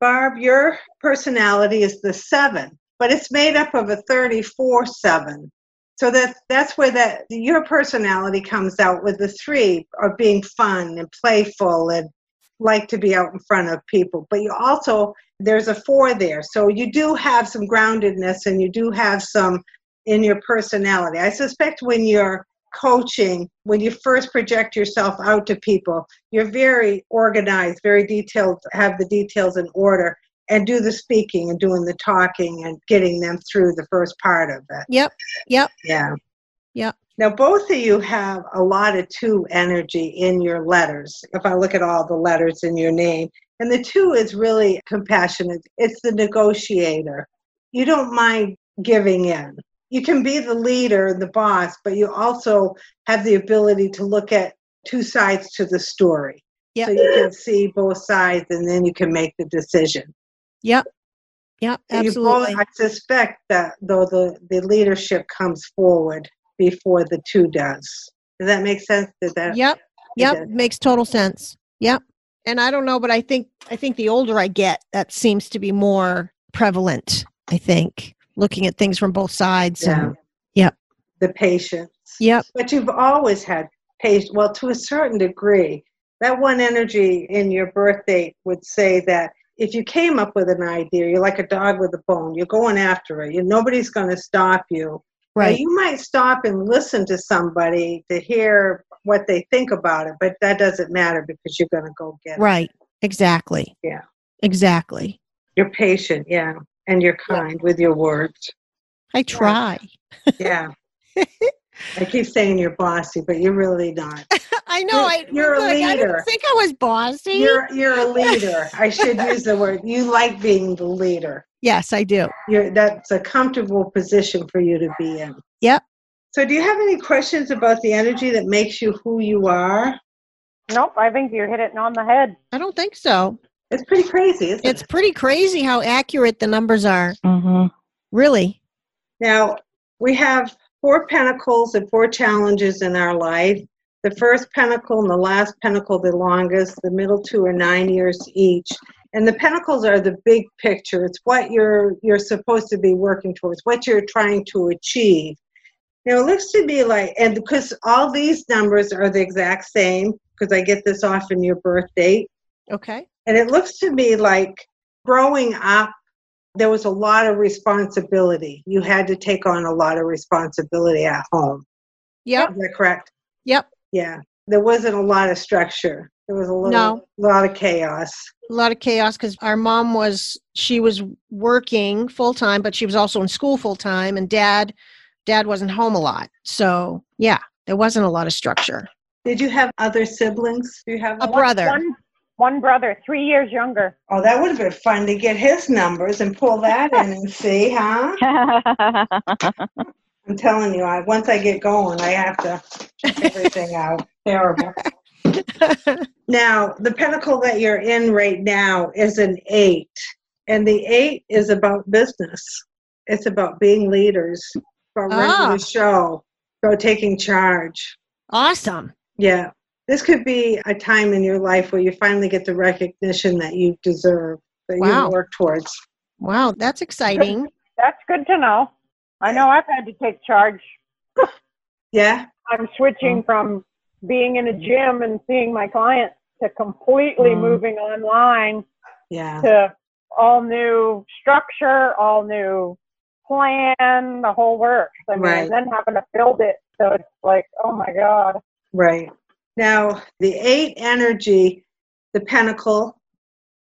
A: Barb, your personality is the seven, but it's made up of a 34 seven. So that, that's where that your personality comes out with the three of being fun and playful and like to be out in front of people. But you also, there's a four there. So you do have some groundedness and you do have some in your personality. I suspect when you're coaching, when you first project yourself out to people, you're very organized, very detailed, have the details in order, and do the speaking and doing the talking and getting them through the first part of it.
C: Yep, yep.
A: Yeah.
C: Yep.
A: Now, both of you have a lot of two energy in your letters, if I look at all the letters in your name. And the two is really compassionate, it's the negotiator. You don't mind giving in. You can be the leader, the boss, but you also have the ability to look at two sides to the story.
C: Yep.
A: So you can see both sides and then you can make the decision.
C: Yep,
A: So you
C: absolutely.
A: both, I suspect that though the, the leadership comes forward before the two does. Does that make sense? Did that?
C: Yep, yep,
A: does.
C: makes total sense. Yep. And I don't know, but I think I think the older I get, that seems to be more prevalent, I think, looking at things from both sides.
A: Yeah.
C: And, Yep.
A: The patience.
C: yep.
A: But you've always had patience. Well, to a certain degree, that one energy in your birth date would say that if you came up with an idea, you're like a dog with a bone. You're going after it. You, nobody's going to stop you. Now,
C: Right.
A: you might stop and listen to somebody to hear what they think about it, but that doesn't matter because you're going to go get it.
C: Right. Exactly.
A: Yeah.
C: Exactly.
A: You're patient, yeah, and you're kind with your words.
C: I try.
A: Yeah. I keep saying you're bossy, but you're really not.
C: I know. I,
A: You're a
C: like, I
A: leader.
C: didn't think I was bossy.
A: You're you're a leader. I should use the word. You like being the leader.
C: yes, I do.
A: You're that's a comfortable position for you to be in.
C: Yep.
A: So do you have any questions about the energy that makes you who you are?
D: Nope, I think you hit it on the head.
C: I don't think so.
A: It's pretty crazy, isn't
C: It's
A: it?
C: pretty crazy how accurate the numbers are.
B: Mm-hmm.
C: Really.
A: Now, we have four pentacles and four challenges in our life. The first pentacle and the last pentacle, the longest, the middle two are nine years each. And the pentacles are the big picture. It's what you're you're supposed to be working towards, what you're trying to achieve. Now it looks to be like, and because all these numbers are the exact same, because I get this off in your birth date.
C: Okay.
A: And it looks to me like growing up, there was a lot of responsibility. You had to take on a lot of responsibility at home.
C: Yep.
A: Is that correct?
C: Yep.
A: Yeah. There wasn't a lot of structure. There was a little,
C: No.
A: lot of chaos.
C: A lot of chaos because our mom was she was working full time, but she was also in school full time, and dad dad wasn't home a lot. So yeah, there wasn't a lot of structure.
A: Did you have other siblings? Do you have
C: A
A: other-
C: brother.
D: One, one brother, three years younger.
A: Oh, that would have been fun to get his numbers and pull that in and see, huh? I'm telling you, I, once I get going, I have to check everything out. Terrible. Now, the pentacle that you're in right now is an eight, and the eight is about business. It's about being leaders, about running
C: Ah.
A: the show, about taking charge.
C: awesome.
A: Yeah, this could be a time in your life where you finally get the recognition that you deserve, that
C: Wow.
A: you work towards.
C: Wow, that's exciting.
D: That's good to know. I know I've had to take charge.
A: Yeah,
D: I'm
A: Oh.
D: switching from being in a gym and seeing my clients to completely
A: Mm-hmm.
B: Mm.
D: moving online
A: yeah,
D: to all new structure, all new plan, the whole works. I mean,
A: Right.
D: and then having to build it. So it's like, oh my God.
A: right. Now, the eight energy, the pentacle,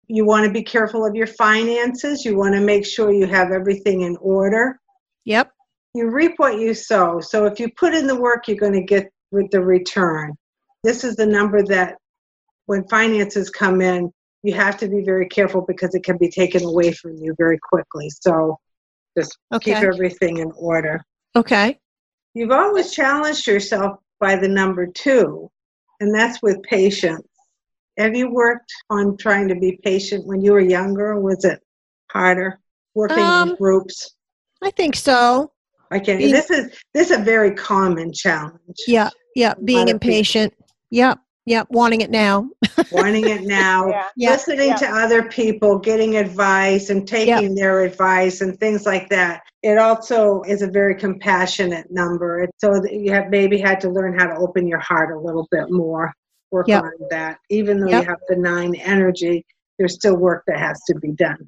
A: you want to be careful of your finances, you want to make sure you have everything in order.
C: yep.
A: you reap what you sow. So if you put in the work, you're going to get with the return. This is the number that when finances come in, you have to be very careful because it can be taken away from you very quickly. So just keep
C: Okay.
A: everything in order.
C: Okay.
A: You've always challenged yourself by the number two, and that's with patience. Have you worked on trying to be patient when you were younger? Or was it harder working in
C: Um,
A: groups?
C: I think so.
A: I can't.
C: Being-
A: this is this is a very common challenge.
C: Yeah. Yeah. Being
A: lot of people.
C: impatient. Yep. Yep. Wanting it now.
A: Wanting it now,
D: Yeah.
C: Yeah.
A: listening to other people, getting advice, and taking their advice, and things like that. It also is a very compassionate number. It- So that you have maybe had to learn how to open your heart a little bit more. Work
C: Yep.
A: on that. Even though
C: Yep.
A: you have the nine energy, there's still work that has to be done.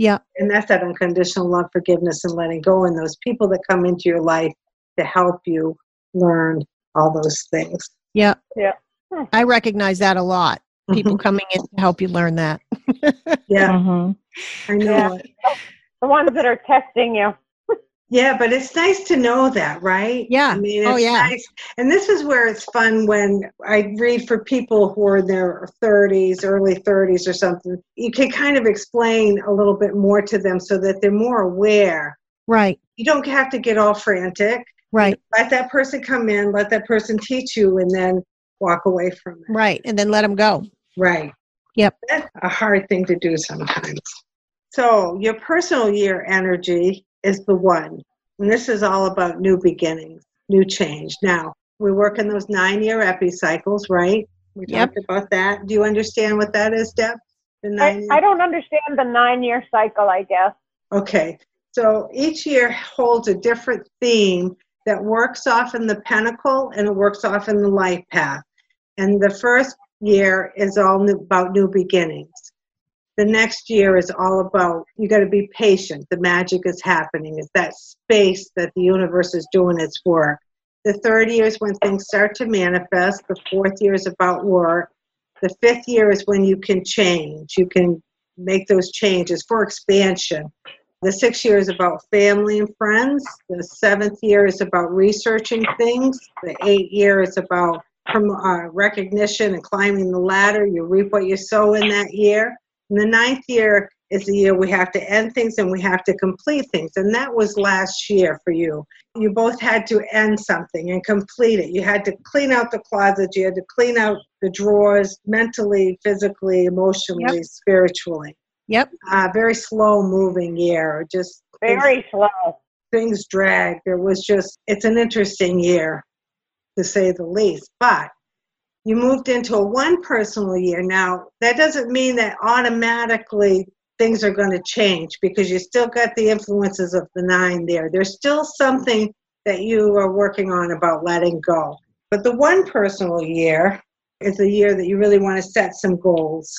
C: Yep.
A: And that's that unconditional love, forgiveness, and letting go, and those people that come into your life to help you learn all those things.
C: Yep.
D: Yeah.
C: I recognize that a lot. People coming in to help you learn that.
A: Yeah,
B: Mhm.
A: I know.
D: Yeah.
A: it.
D: The ones that are testing you.
A: Yeah, but it's nice to know that, right?
C: Yeah.
A: I mean, it's
C: Oh, yeah.
A: nice. And this is where it's fun when I read for people who are in their 30s, early 30s or something. You can kind of explain a little bit more to them so that they're more aware.
C: Right.
A: You don't have to get all frantic.
C: Right.
A: Let that person come in, let that person teach you, and then walk away from it.
C: Right. And then let them go.
A: Right.
C: Yep.
A: That's a hard thing to do sometimes. So, your personal year energy is the one. And this is all about new beginnings, new change. Now, we work in those nine year epicycles, right? We
C: Yep.
A: talked about that. Do you understand what that is, Deb? The
D: I,
A: nine
D: I don't understand the nine year cycle, I guess.
A: Okay. So, each year holds a different theme that works off in the pentacle and it works off in the life path. And the first year is all new- about new beginnings. The next year is all about you got to be patient. The magic is happening. It's that space that the universe is doing its work. The third year is when things start to manifest. The fourth year is about work. The fifth year is when you can change. You can make those changes for expansion. The sixth year is about family and friends. The seventh year is about researching things. The eighth year is about prom- uh, recognition and climbing the ladder. You reap what you sow in that year. And the ninth year is the year we have to end things and we have to complete things. And that was last year for you. You both had to end something and complete it. You had to clean out the closet, you had to clean out the drawers mentally, physically, emotionally,
C: Yep.
A: spiritually.
C: Yep.
A: Uh, very slow moving year. Just things-
D: Very slow.
A: things dragged. It was just, it's an interesting year to say the least. But you moved into a one personal year. Now, that doesn't mean that automatically things are going to change because you still got the influences of the nine there. There's still something that you are working on about letting go. But the one personal year is a year that you really want to set some goals.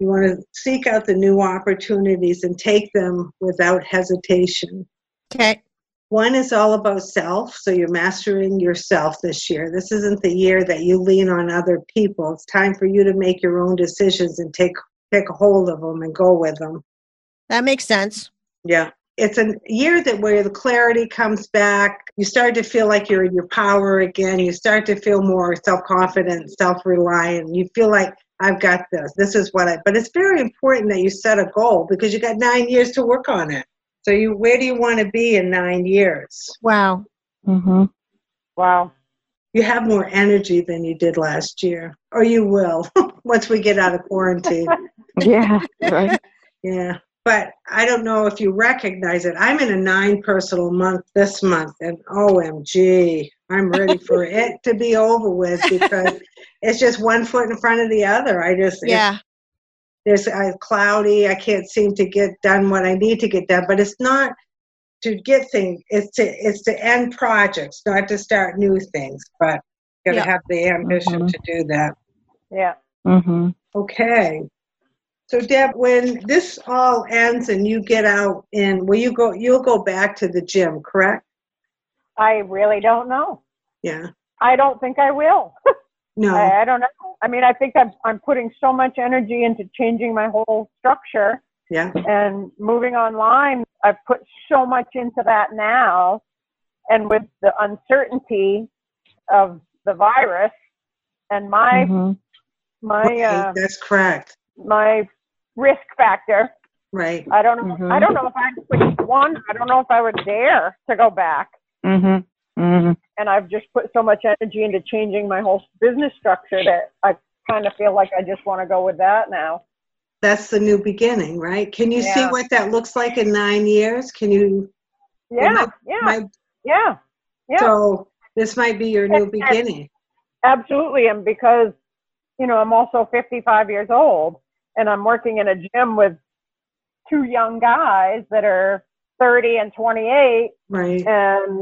A: You want to seek out the new opportunities and take them without hesitation.
C: Okay.
A: One is all about self, so you're mastering yourself this year. This isn't the year that you lean on other people. It's time for you to make your own decisions and take take a hold of them and go with them.
C: That makes sense.
A: Yeah. It's a year that where the clarity comes back. You start to feel like you're in your power again. You start to feel more self-confident, self-reliant. You feel like I've got this. This is what I but it's very important that you set a goal because you got 9 years to work on it. So you where do you want to be in 9 years?
C: Wow.
B: Mm-hmm.
D: Wow.
A: you have more energy than you did last year, or you will once we get out of quarantine.
B: Yeah. Right.
A: yeah. But I don't know if you recognize it. I'm in a nine personal month this month, and OMG, I'm ready for it to be over with because it's just one foot in front of the other. I just, it's
C: Yeah.
A: there's uh, cloudy i can't seem to get done what i need to get done but it's not to get things it's to it's to end projects not to start new things but you gotta
C: Yeah.
A: have the ambition
B: Mhm.
A: to do that
D: Yeah.
B: Mm-hmm.
A: okay so deb when this all ends and you get out and will you go you'll go back to the gym correct
D: I really don't know.
A: yeah
D: I don't think I will.
A: no
D: I, I don't know. I mean, I think I'm, I'm putting so much energy into changing my whole structure
A: yeah
D: and moving online. I've put so much into that now. And with the uncertainty of the virus and my,
B: Mm-hmm.
D: my, uh,
A: Right, that's correct
D: my risk factor,
A: right
D: I don't know. I
B: Mhm.
D: don't know if I'd put one. I don't know if I would dare to go back.
B: Mm-hmm. Mm-hmm.
D: And I've just put so much energy into changing my whole business structure that I kind of feel like I just want to go with that now.
A: that's the new beginning right can you see
D: Yeah.
A: what that looks like in nine years can you
D: Yeah,
A: might-
D: yeah,
A: my
D: yeah, yeah.
A: So this might be your new
D: Yes, yes.
A: beginning.
D: absolutely. And because you know, I'm also 55 years old, and I'm working in a gym with two young guys that are 30 and 28,
A: Right.
D: and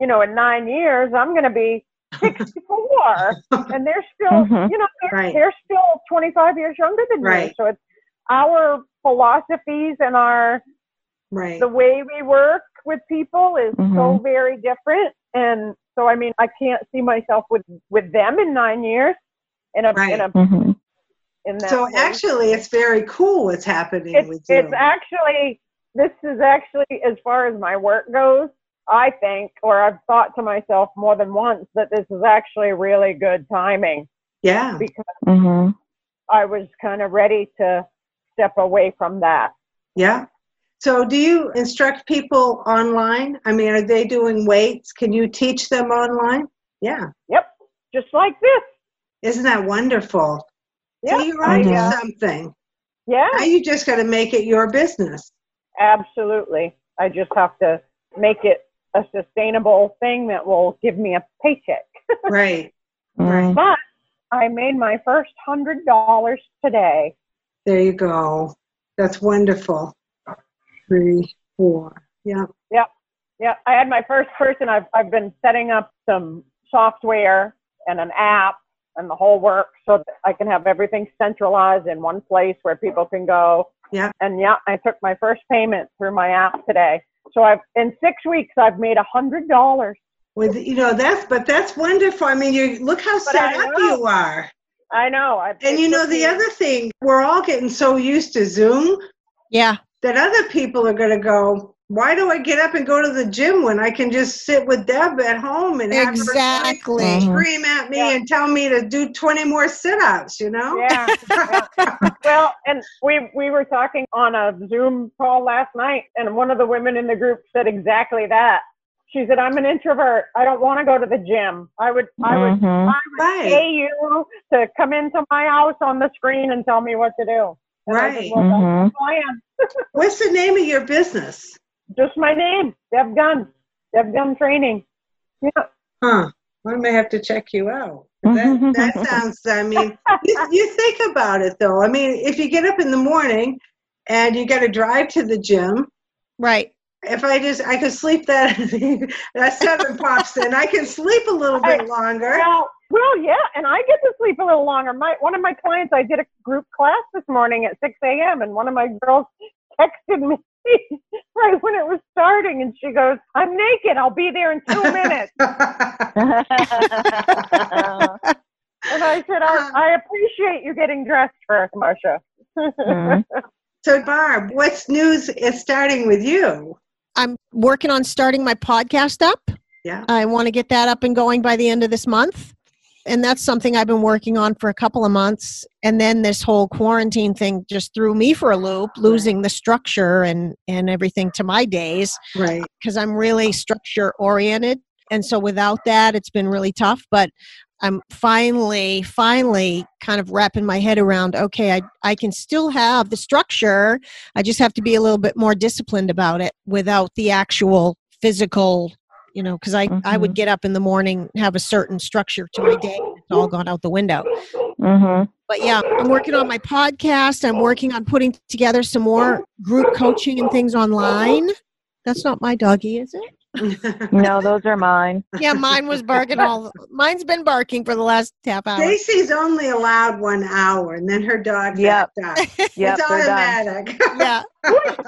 D: you know, in nine years, I'm going to be 64. and they're still
B: Mhm.
D: you know they're,
A: Mm-hmm. Right.
D: they're still 25 years younger than me
A: Right.
D: so it's our philosophies and our
A: Right.
D: the way we work with people is so
B: Mhm.
D: very different and so i mean i can't see myself with with them in nine years in a in a
B: Mm-hmm.
D: in that
A: So
D: place.
A: actually it's very cool what's happening
D: it's,
A: with you.
D: it's actually this is actually as far as my work goes i think or i've thought to myself more than once that this is actually really good timing
A: yeah.
D: because
B: Mm-hmm.
D: I was kind of ready to step away from that.
A: Yeah. So do you instruct people online? I mean, are they doing weights? Can you teach them online? Yeah.
D: Just like this.
A: Isn't that wonderful?
D: Yeah.
A: See, you're onto
B: Yeah.
A: something.
D: Yeah.
A: Now you just got to make it your business.
D: absolutely. I just have to make it a sustainable thing that will give me a paycheck.
A: Right.
B: Right.
D: But I made my first hundred dollars today.
A: There you go. That's wonderful. Three, four. Yeah.
D: Yeah, I had my first person. I've I've been setting up some software and an app and the whole work so that I can have everything centralized in one place where people can go.
A: Yeah.
D: And yeah, I took my first payment through my app today. So I've in six weeks I've made a hundred dollars.
A: With you know that's but that's wonderful. I mean, you look how
D: But
A: set
D: I
A: up
D: know.
A: you are.
D: I know. I,
A: And you know the other thing, we're all getting so used to Zoom
C: Yeah.
A: that other people are going to go, why do I get up and go to the gym when I can just sit with Deb at home and have her
C: Exactly.
A: scream at me
D: Yeah.
A: and tell me to do 20 more sit ups, you know?
D: Yeah. yeah. well, and we we were talking on a Zoom call last night, and one of the women in the group said exactly that. She said, "I'm an introvert. I don't want to go to the gym. I would I would
B: Mhm.
D: I would
A: Mm-hmm. Right.
D: pay you to come into my house on the screen and tell me what to do." And I
A: Right. Mm-hmm.
D: said, well, that's
B: Mhm.
D: the plan.
A: What's the name of your business?
D: Just my name, Deb Gunn. Deb Gunn Training. Yeah.
A: Huh. I may have to check you out. That, that sounds, I mean, you, you think about it though. I mean, if you get up in the morning and you got to drive to the gym,
C: Right.
A: if I just, I could sleep that, that seven pops in, I can sleep a little bit longer.
D: Well, well, yeah, and I get to sleep a little longer. My one of my clients, I did a group class this morning at 6 a.m. and one of my girls texted me right when it was starting, and she goes, "I'm naked. I'll be there in two minutes." And I said,
B: Uh-huh.
D: I, "I appreciate you getting dressed first, Marcia."
B: Mhm.
A: so, Barb, what's news is starting with you?
C: I'm working on starting my podcast up.
A: Yeah.
C: I want to get that up and going by the end of this month. And that's something I've been working on for a couple of months. And then this whole quarantine thing just threw me for a loop, losing the structure and, and everything to my days
A: Right.
C: because I'm really structure oriented. And so without that, it's been really tough. But I'm finally, finally kind of wrapping my head around okay, I, I can still have the structure. I just have to be a little bit more disciplined about it without the actual physical, you know, because I, I would get up in the morning, have a certain structure to my day. It's all gone out the window
B: Mhm.
C: but yeah, I'm working on my podcast. I'm working on putting together some more group coaching and things online. That's not my doggy, is it?
B: No, those are mine.
C: Yeah, mine was barking all. Mine's been barking for the last half hour.
A: Stacy's only allowed one hour, and then her dog
B: Yep.
A: backed up.
B: Yep,
A: it's
B: they're done.
A: automatic.
C: Yeah,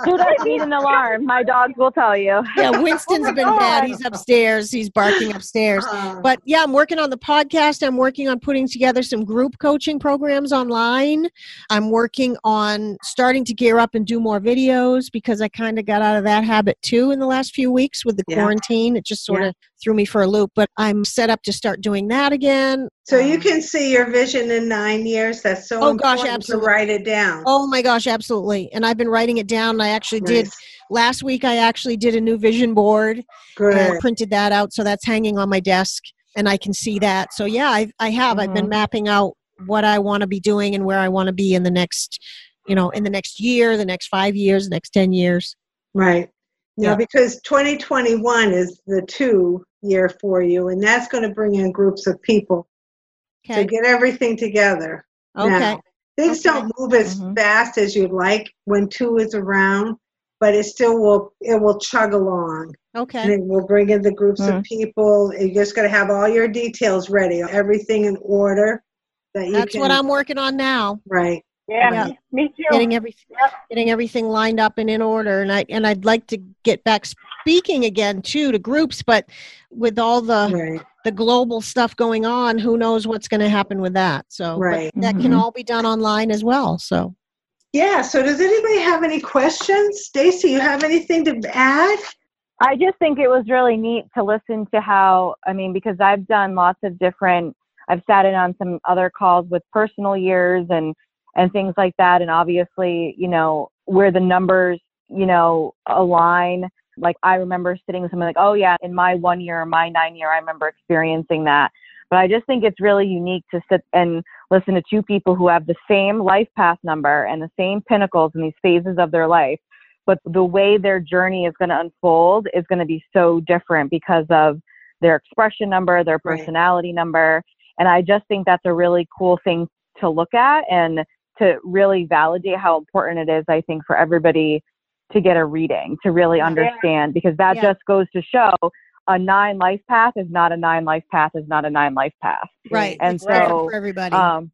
B: Do not need an alarm. My dogs will tell you.
C: yeah.
A: Oh
C: Winston's been bad. He's upstairs. He's barking upstairs.
A: Uh,
C: But yeah, I'm working on the podcast. I'm working on putting together some group coaching programs online. I'm working on starting to gear up and do more videos because I kind of got out of that habit too in the last few weeks with the
A: Yeah.
C: quarantine. It just sort of threw me for a loop, but I'm set up to start doing that again.
A: so you
C: Um,
A: can see your vision in nine years. That's so
C: Oh,
A: important
C: gosh,
A: to
C: absolutely.
A: write it down.
C: Oh my gosh, absolutely. And I've been writing it down. I actually did
A: Nice.
C: last week I actually did a new vision board
A: Good.
C: and printed that out. So that's hanging on my desk and I can see that. So yeah, I, I have. I've been
A: Mm-hmm.
B: Mhm.
C: mapping out what I want to be doing and where I want to be in the next, you know, in the next year, the next five years, the next 10 years.
A: Right. No,
C: Yeah.
A: because 2021 is the two year for you, and that's going to bring in groups of people.
C: Okay.
A: So get everything together.
C: okay.
A: now. Things
C: Okay. Mm-hmm.
A: don't move as
B: Mhm.
A: fast as you'd like when two is around, but it still will. It will chug along, and
C: Okay. Mm-hmm.
A: it will bring in the groups of people. and You're just going to have all your details ready, everything in order. That you
C: That's
A: can,
C: what I'm working on now.
A: right.
D: Yeah,
C: Yeah.
D: me- me too.
C: Getting everything,
D: Yep.
C: getting everything lined up and in order. And I, and I'd like to get back speaking again too, to groups, but with all the,
A: Right.
C: the global stuff going on, who knows what's going to happen with that. So but
A: Right.
C: that can
B: Mhm.
C: all be done online as well. So
A: Yeah. So does anybody have any questions, Stacy? You have anything to add?
B: I just think it was really neat to listen to how, I mean, because I've done lots of different, I've sat in on some other calls with personal years and, and things like that. And obviously, you know, where the numbers, you know, align. Like I remember sitting with someone like, oh yeah, in my one year, my nine year, I remember experiencing that. But I just think it's really unique to sit and listen to two people who have the same life path number and the same pinnacles in these phases of their life but the way their journey is going to unfold is going to be so different because of their expression number, their
A: Right.
B: personality number. And I just think that's a really cool thing to look at and to really validate how important it is, I think, for everybody to get a reading, to really
C: Yeah.
B: understand, because that
C: Yeah.
B: just goes to show a nine life path is not a nine life path is not a nine life path.
C: right,
B: And
C: it's different
B: so,
C: for everybody.
A: uh,
B: Um,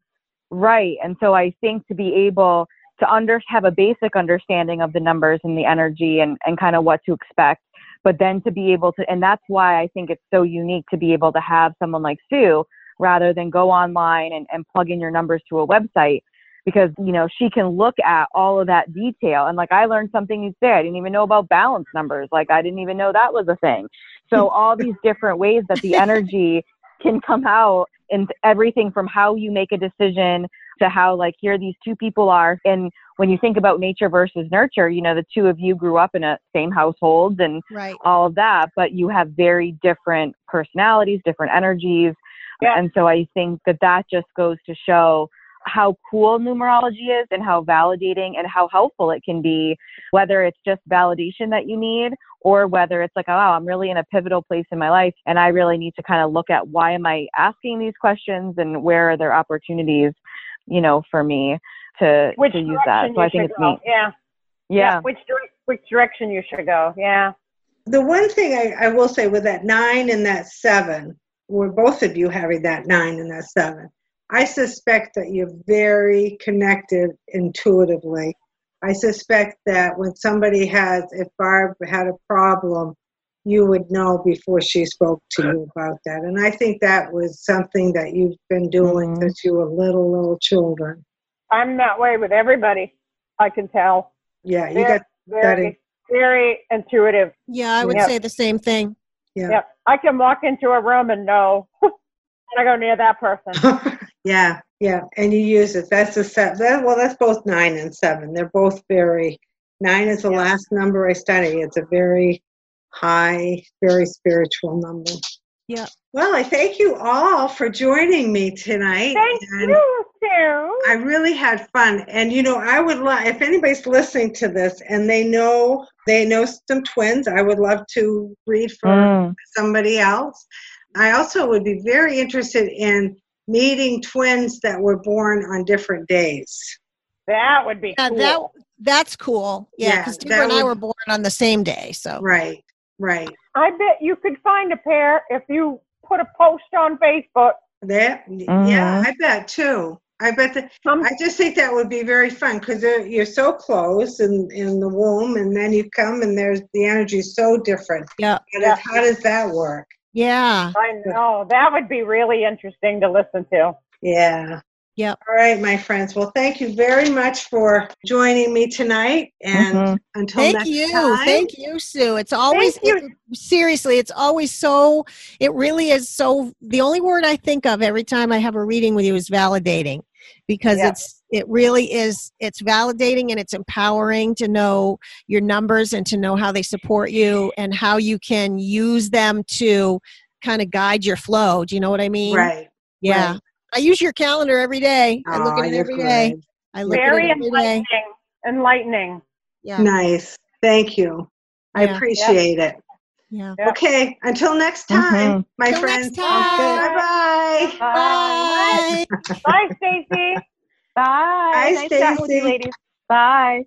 B: right. And so I think to be able to under have a basic understanding of the numbers and the energy and, and kind of what to expect, but then to be able to, and that's why I think it's so unique to be able to have someone like Sue rather than go online and, and plug in your numbers to a website because you know she can look at all of that detail and like i learned something new today i didn't even know about balance numbers like i didn't even know that was a thing so all these different ways that the energy can come out in everything from how you make a decision to how like here these two people are and when you think about nature versus nurture you know the two of you grew up in a same household and
C: Right.
B: all of that but you have very different personalities different energies
D: Yeah.
B: and so i think that that just goes to show how cool numerology is and how validating and how helpful it can be whether it's just validation that you need or whether it's like oh i'm really in a pivotal place in my life and i really need to kind of look at why am i asking these questions and where are there opportunities you know for me to
D: Which
B: to use that
D: direction
B: so
D: you
B: i think
D: should
B: it's
D: go.
B: neat
D: Yeah.
B: yeah
D: Which dire- which direction you should go. Yeah.
A: The one thing I, I will say with that nine and that seven, were both of you having that nine and that seven, I suspect that you're very connected intuitively. I suspect that when somebody has, if Barb had a problem, you would know before she spoke to you about that. And I think that was something that you've been doing
B: Mhm.
A: since you were little, little children.
D: I'm that way with everybody. I can tell.
A: Yeah, you
D: Very,
A: got,
D: very,
A: is-
D: very intuitive.
C: Yeah, I would
D: Yeah.
C: say the same thing.
A: yeah.
D: Yep. I can walk into a room and know I go near that person.
A: yeah, yeah, and you use it. That's the set. That, well, that's both nine and seven. They're both very. Nine is the
D: Yeah.
A: last number I study. It's a very high, very spiritual number.
C: Yeah.
A: Well, I thank you all for joining me tonight.
D: Thank
A: and
D: you, Sue.
A: I really had fun. And you know, I would love if anybody's listening to this and they know they know some twins. I would love to read for
B: Mm.
A: somebody else. I also would be very interested in meeting twins that were born on different days.
D: That would be
C: Yeah,
D: cool.
C: that that's cool. Yeah,
A: Yeah,
C: because
A: that
C: Deborah and I
A: would-
C: were born on the same day, so
A: Right, right.
D: I bet you could find a pair if you put a post on Facebook.
A: That, yeah,
C: Mm-hmm.
A: I bet too. I bet that.
D: Some,
A: I just think that would be very fun because you're so close in in the womb, and then you come, and there's the energy's so different.
C: Yeah.
A: And it's- how does that work?
C: yeah.
D: I know. That would be really interesting to listen to.
A: Yeah.
C: Yep.
A: All right, my friends. Well, thank you very much for joining me tonight, and
B: Mhm.
A: until
C: Mm-hmm. Thank
A: next
C: you.
A: time.
C: Thank you, Sue. It's always
D: Thank
C: it- seriously, it's always so it really is so the only word I think of every time I have a reading with you is validating because
D: Yeah.
C: it's it really is it's validating and it's empowering to know your numbers and to know how they support you and how you can use them to kind of guide your flow. Do you know what I mean?
A: Right.
C: Yeah.
A: right.
C: I use your calendar every day. I look
A: Aw,
C: at it
A: you're
C: every day.
A: good.
C: I look at
D: Very
C: it every day.
D: enlightening. Enlightening.
C: Yeah.
A: Nice. Thank you. I
C: Yeah.
A: appreciate it.
C: Yeah.
D: Yeah.
A: Okay. Until next time, my
C: Mm-hmm. Till
A: friends.
C: next time.
A: Bye bye.
C: Bye.
D: Bye, Stacy.
B: Bye.
A: Bye,
B: nice chatting with you
A: Stacy.
B: ladies. Bye.